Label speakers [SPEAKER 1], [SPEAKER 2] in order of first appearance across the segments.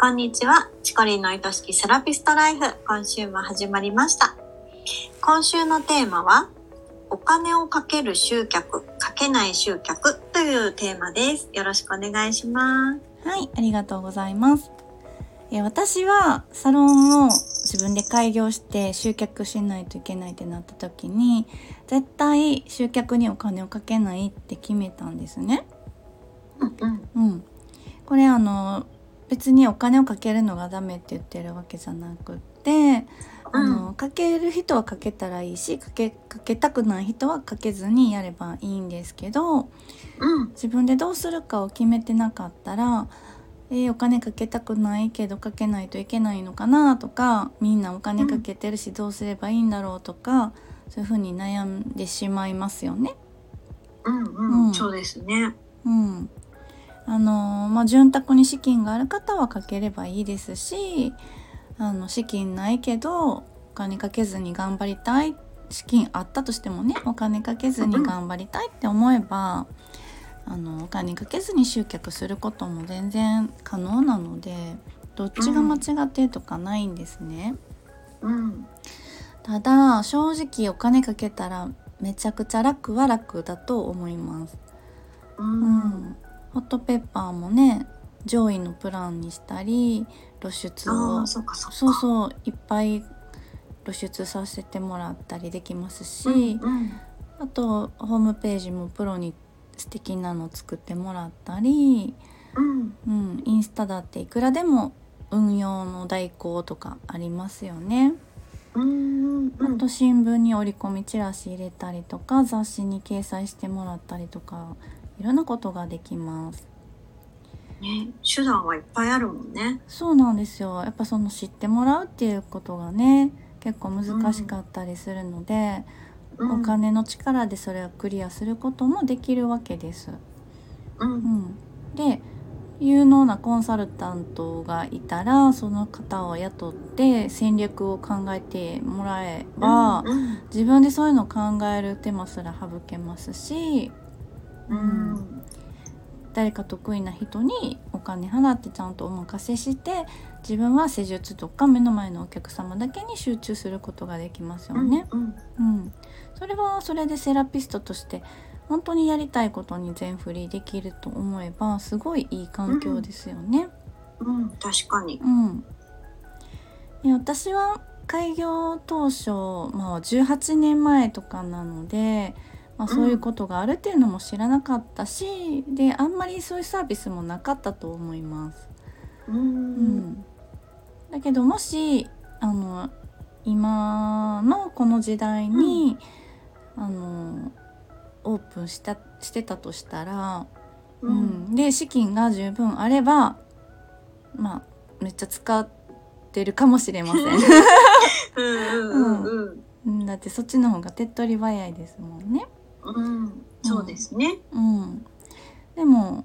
[SPEAKER 1] こんにちは。チコリンの愛しきセラピストライフ。今週も始まりました。今週のテーマは、お金をかける集客、かけない集客というテーマです。よろしくお願いします。
[SPEAKER 2] はい、ありがとうございます。えー私はサロンを自分で開業して集客しないといけないってなった時に絶対集客にお金をかけないって決めたんですね。
[SPEAKER 1] うんうん。
[SPEAKER 2] うん、これあの別にお金をかけるのがダメって言ってるわけじゃなくってあのかける人はかけたらいいしかけかけたくない人はかけずにやればいいんですけど、
[SPEAKER 1] うん。
[SPEAKER 2] 自分でどうするかを決めてなかったら、えーお金かけたくないけどかけないといけないのかなとかみんなお金かけてるしどうすればいいんだろうとか、そういうふうに悩んでしまいますよね。
[SPEAKER 1] うんう。
[SPEAKER 2] うんん
[SPEAKER 1] そうですね。
[SPEAKER 2] うんあのーまあ、潤沢に資金がある方はかければいいですしあの資金ないけどお金かけずに頑張りたい資金あったとしてもねお金かけずに頑張りたいって思えばあのお金かけずに集客することも全然可能なのでどっちが間違ってとかないんですね。
[SPEAKER 1] うん。
[SPEAKER 2] ただ正直お金かけたらめちゃくちゃ楽は楽だと思います。
[SPEAKER 1] う。
[SPEAKER 2] うんん、ホットペッパーもね上位のプランにしたり露出
[SPEAKER 1] あ
[SPEAKER 2] を
[SPEAKER 1] あ、そうかそうか。
[SPEAKER 2] そうそういっぱい露出させてもらったりできますし、
[SPEAKER 1] うん
[SPEAKER 2] あとホームページもプロに素敵なの作ってもらったり、
[SPEAKER 1] うん。
[SPEAKER 2] うん、インスタだっていくらでも運用の代行とかありますよね。
[SPEAKER 1] うん。うん。う
[SPEAKER 2] あ
[SPEAKER 1] ん
[SPEAKER 2] と新聞に折り込みチラシ入れたりとか雑誌に掲載してもらったりとかいろんなことができます。
[SPEAKER 1] ね、手段はいっぱいあるもんね。
[SPEAKER 2] そうなんですよやっぱその知ってもらうっていうことがね結構難しかったりするので、
[SPEAKER 1] うん
[SPEAKER 2] お金の力でそれをクリアすることもできるわけです。
[SPEAKER 1] う。
[SPEAKER 2] うんん、で有能なコンサルタントがいたらその方を雇って戦略を考えてもらえば、
[SPEAKER 1] うん
[SPEAKER 2] 自分でそういうのを考える手間すら省けますし、
[SPEAKER 1] うん。
[SPEAKER 2] 誰か得意な人にお金払ってちゃんとお任せして自分は施術とか目の前のお客様だけに集中することができますよね。
[SPEAKER 1] うん。
[SPEAKER 2] うん、それはそれでセラピストとして本当にやりたいことに全振りできると思えばすごいいい環境ですよね。
[SPEAKER 1] うん。確かに。
[SPEAKER 2] うん、で私は開業当初、まあ、18年前とかなので、まあ、そういうことがあるっていうのも知らなかったし、であんまりそういうサービスもなかったと思います。
[SPEAKER 1] う。
[SPEAKER 2] うんん、だけどもしあの今のこの時代に、あのオープンしたしてたとしたら、
[SPEAKER 1] う。
[SPEAKER 2] うんん、で資金が十分あればまあめっちゃ使ってるかもしれ ませ
[SPEAKER 1] うんうんうん
[SPEAKER 2] んうんだってそっちの方が手っ取り早いですもんね、
[SPEAKER 1] うん、うん、そうですね。
[SPEAKER 2] うん、でも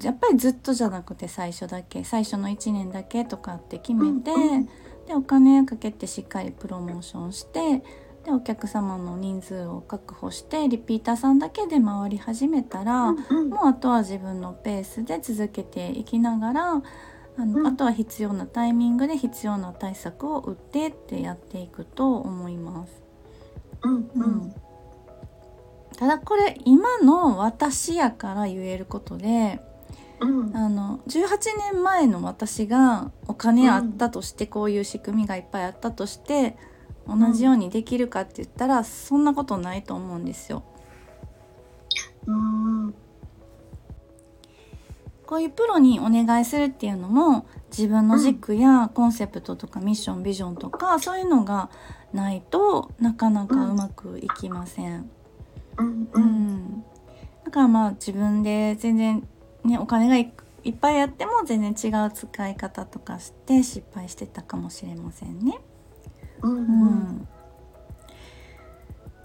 [SPEAKER 2] やっぱりずっとじゃなくて最初だけ最初の1年だけとかって決めて、
[SPEAKER 1] うんうん
[SPEAKER 2] でお金かけてしっかりプロモーションしてでお客様の人数を確保してリピーターさんだけで回り始めたら、
[SPEAKER 1] うん
[SPEAKER 2] もうあとは自分のペースで続けていきながらあの、
[SPEAKER 1] うん
[SPEAKER 2] あとは必要なタイミングで必要な対策を打ってってやっていくと思います。
[SPEAKER 1] うんうん
[SPEAKER 2] ただこれ今の私やから言えることで
[SPEAKER 1] うん
[SPEAKER 2] あの18年前の私がお金あったとして、こういう仕組みがいっぱいあったとして同
[SPEAKER 1] ん
[SPEAKER 2] じようにできるかって言ったら、そんなことないと思うんですよ。
[SPEAKER 1] うん
[SPEAKER 2] こういうプロにお願いするっていうのも自分の軸やコンセプトとかミッションビジョンとかそういうのがないとなかなかうまくいきません。
[SPEAKER 1] うん
[SPEAKER 2] う
[SPEAKER 1] うん
[SPEAKER 2] ん、だからまあ自分で全然ねお金がいいっぱいあっても全然違う使い方とかして失敗してたかもしれませんね。
[SPEAKER 1] う
[SPEAKER 2] うんん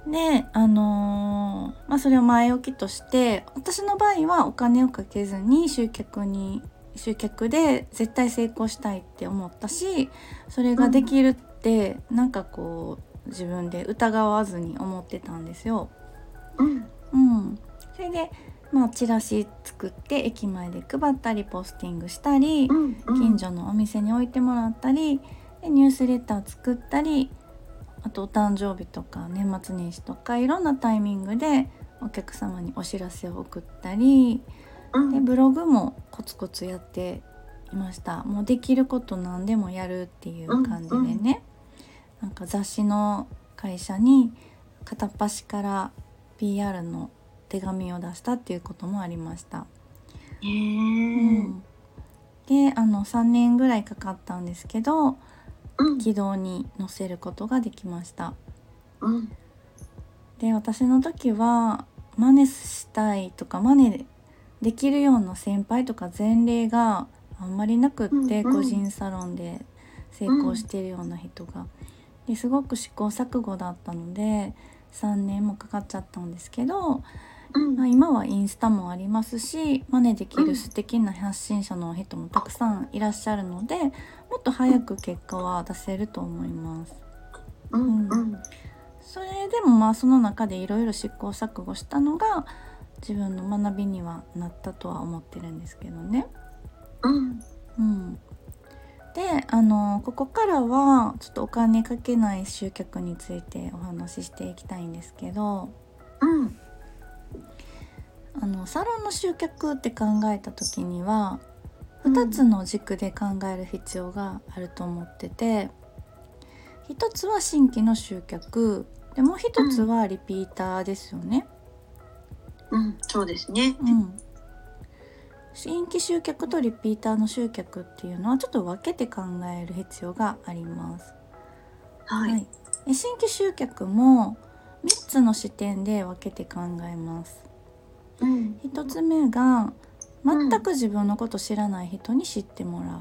[SPEAKER 2] であのーまあ、それを前置きとして私の場合はお金をかけずに集客に集客で絶対成功したいって思ったしそれができるってなんかこう自分で疑わずに思ってたんですよ。
[SPEAKER 1] うん
[SPEAKER 2] うん、それでまあ、チラシ作って駅前で配ったりポスティングしたり、
[SPEAKER 1] うんうん
[SPEAKER 2] 近所のお店に置いてもらったりでニュースレター作ったりあとお誕生日とか年末年始とかいろんなタイミングでお客様にお知らせを送ったり
[SPEAKER 1] うん
[SPEAKER 2] でブログもコツコツやっていましたもうできること何でもやるっていう感じでね、なんか雑誌の会社に片っ端から PR の手紙を出したっていうこともありました。
[SPEAKER 1] へー
[SPEAKER 2] であの3年ぐらいかかったんですけど
[SPEAKER 1] うん
[SPEAKER 2] 軌道に乗せることができました
[SPEAKER 1] うん
[SPEAKER 2] で私の時は真似したいとか真似できるような先輩とか前例があんまりなくって、
[SPEAKER 1] うんうん
[SPEAKER 2] 個人サロンで成功してるような人が、ですごく試行錯誤だったので3年もかかっちゃったんですけど、
[SPEAKER 1] うん
[SPEAKER 2] まあ、今はインスタもありますし真似できる素敵な発信者の人もたくさんいらっしゃるのでもっと早く結果は出せると思います。
[SPEAKER 1] うんうん
[SPEAKER 2] それでもまあその中でいろいろ試行錯誤したのが自分の学びにはなったとは思ってるんですけどね。
[SPEAKER 1] うん
[SPEAKER 2] うん、であのここからはちょっとお金かけない集客についてお話ししていきたいんですけど
[SPEAKER 1] うん
[SPEAKER 2] あのサロンの集客って考えた時には
[SPEAKER 1] うん
[SPEAKER 2] 2つの軸で考える必要があると思ってて1つは新規の集客でもう1つはリピーターですよね。
[SPEAKER 1] うんそうですね
[SPEAKER 2] うん、新規集客とリピーターの集客っていうのはちょっと分けて考える必要があります。
[SPEAKER 1] はい、
[SPEAKER 2] はいで新規集客も3つの視点で分けて考えます。
[SPEAKER 1] うん
[SPEAKER 2] 1つ目が全く自分のこと知らない人に知ってもら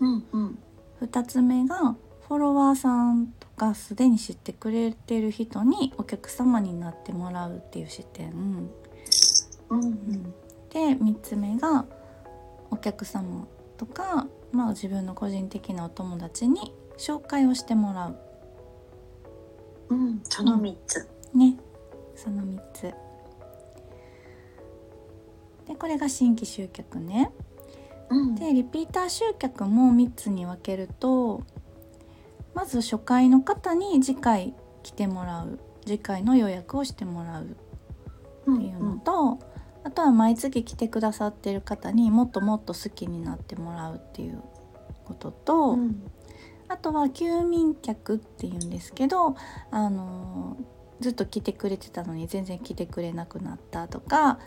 [SPEAKER 2] う。
[SPEAKER 1] うんうん
[SPEAKER 2] 2つ目がフォロワーさんとかすでに知ってくれてる人にお客様になってもらうっていう視点。
[SPEAKER 1] うん
[SPEAKER 2] で3つ目がお客様とか、まあ、自分の個人的なお友達に紹介をしてもらう
[SPEAKER 1] うんその三つ
[SPEAKER 2] ねその3つでこれが新規集客ね
[SPEAKER 1] うん
[SPEAKER 2] でリピーター集客も3つに分けるとまず初回の方に次回来てもらう次回の予約をしてもらう
[SPEAKER 1] うん
[SPEAKER 2] っていうのと、あとは毎月来てくださってる方にもっともっと好きになってもらうっていうことと、
[SPEAKER 1] うん
[SPEAKER 2] あとは休眠客っていうんですけど、あのーずっと来てくれてたのに全然来てくれなくなったとか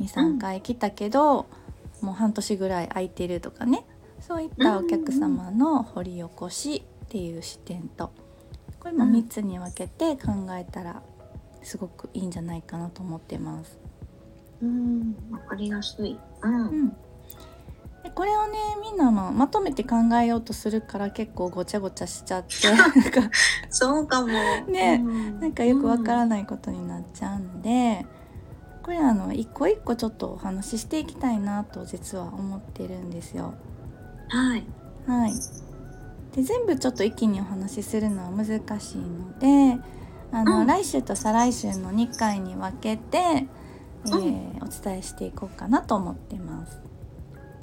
[SPEAKER 1] うん
[SPEAKER 2] 23回来たけど、もう半年ぐらい空いてるとかねそういったお客様の掘り起こしっていう視点とこれも3つに分けて考えたらすごくいいんじゃないかなと思ってます。
[SPEAKER 1] うんわかりやすいうん
[SPEAKER 2] うん、でこれをねみんなままとめて考えようとするから結構ごちゃごちゃしちゃってなんか
[SPEAKER 1] そうかも。
[SPEAKER 2] ね
[SPEAKER 1] うん
[SPEAKER 2] なんかよくわからないことになっちゃうのでこれあの一個一個ちょっとお話ししていきたいなと実は思ってるんですよ。
[SPEAKER 1] うんはい。
[SPEAKER 2] はい、で全部ちょっと一気にお話しするのは難しいのであの、
[SPEAKER 1] うん
[SPEAKER 2] 来週と再来週の2回に分けて、えー
[SPEAKER 1] う
[SPEAKER 2] お伝えしていこうかなと思ってます。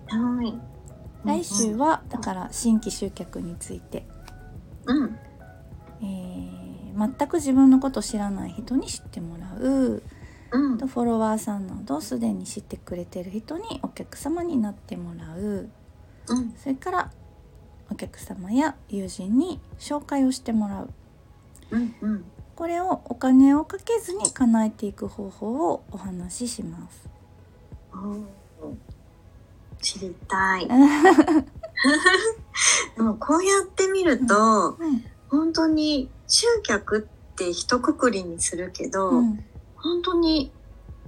[SPEAKER 1] はい。
[SPEAKER 2] 来週はだから新規集客について、
[SPEAKER 1] うん。
[SPEAKER 2] えー全く自分のこと知らない人に知ってもらう
[SPEAKER 1] うん。
[SPEAKER 2] とフォロワーさんなどすでに知ってくれてる人にお客様になってもらう
[SPEAKER 1] うん。
[SPEAKER 2] それからお客様や友人に紹介をしてもらう
[SPEAKER 1] うん。うん。
[SPEAKER 2] これをお金をかけずに叶えていく方法をお話しします。
[SPEAKER 1] おー知りた い。 でもこうやってみると、
[SPEAKER 2] うん
[SPEAKER 1] 本当に集客って一括りにするけど、
[SPEAKER 2] うん、
[SPEAKER 1] 本当に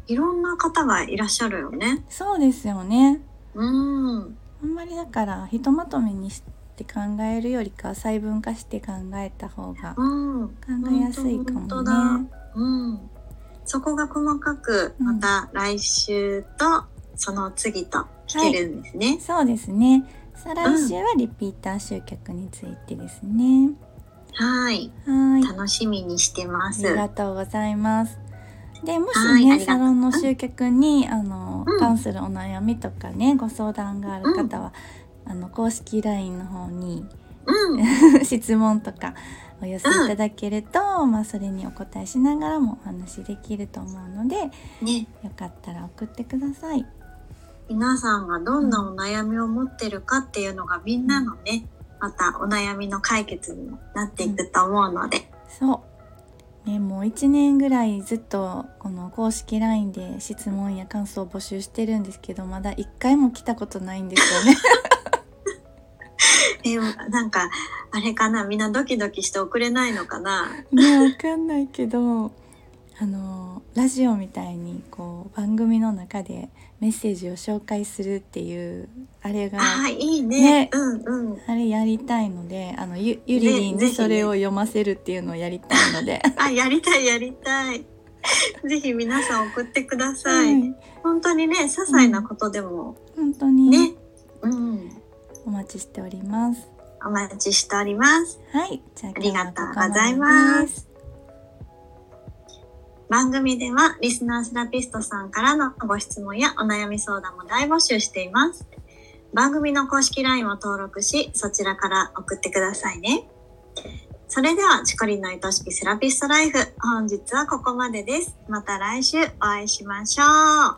[SPEAKER 1] いろんな方がいらっしゃるよね。
[SPEAKER 2] そうですよね
[SPEAKER 1] うん。
[SPEAKER 2] あんまりだからひとまとめにして考えるよりか細分化して考えた方が考
[SPEAKER 1] うん。
[SPEAKER 2] えやすいか
[SPEAKER 1] 本当
[SPEAKER 2] も
[SPEAKER 1] だ
[SPEAKER 2] ね。
[SPEAKER 1] うん、そこが細かく
[SPEAKER 2] う
[SPEAKER 1] ま
[SPEAKER 2] ん
[SPEAKER 1] た来週とその次と聞けるんですね。
[SPEAKER 2] そうですね。再来週はリピーター集客についてですね。
[SPEAKER 1] はい、
[SPEAKER 2] はい。
[SPEAKER 1] 楽しみにしてま
[SPEAKER 2] あり
[SPEAKER 1] す。
[SPEAKER 2] がとうございます。でも
[SPEAKER 1] は
[SPEAKER 2] し
[SPEAKER 1] いあ
[SPEAKER 2] ね
[SPEAKER 1] りが
[SPEAKER 2] サ
[SPEAKER 1] とう
[SPEAKER 2] ロンの集客にあの、
[SPEAKER 1] うん
[SPEAKER 2] 関するお悩みとかねご相談がある方は、あの公式 LINE の方に
[SPEAKER 1] うん。
[SPEAKER 2] 質問とかお寄せいただけると、まあ、それにお答えしながらもお話しできると思うのでよ
[SPEAKER 1] ね、
[SPEAKER 2] かったら送ってください。
[SPEAKER 1] 皆さんがどんなお悩みを持ってるかっていうのがみんなのね、またお悩みの解決にもなっていくと思うので。
[SPEAKER 2] そう、ね、もう1年ぐらいずっとこの公式 LINE で質問や感想を募集してるんですけどまだ1回も来たことないんですよね。
[SPEAKER 1] でもなんか、あれかな、みんなドキドキして送れないのかな。
[SPEAKER 2] ねわかんないけどあのラジオみたいにこう番組の中でメッセージを紹介するっていうあれが
[SPEAKER 1] ああ、いいね
[SPEAKER 2] ね
[SPEAKER 1] うんうん。
[SPEAKER 2] あれやりたいのであのゆゆりりん
[SPEAKER 1] ぜ
[SPEAKER 2] に
[SPEAKER 1] ひね
[SPEAKER 2] それを読ませるっていうのをやりたいの で。
[SPEAKER 1] あ、やりたいやりたい。 ぜひ皆さん送ってください。
[SPEAKER 2] はい
[SPEAKER 1] 本当にね、些細なことでも
[SPEAKER 2] 本当に、
[SPEAKER 1] ね、うん、
[SPEAKER 2] お待ちしております。
[SPEAKER 1] お待ちしております。
[SPEAKER 2] はい、じゃあ
[SPEAKER 1] ありがとうござい
[SPEAKER 2] 今日はここま
[SPEAKER 1] ま。
[SPEAKER 2] でです
[SPEAKER 1] 番組ではリスナーセラピストさんからのご質問やお悩み相談も大募集しています。番組の公式 LINE を登録し、そちらから送ってくださいね。それでは、チコリンの愛しきセラピストライフ、本日はここまでです。また来週お会いしましょう。あ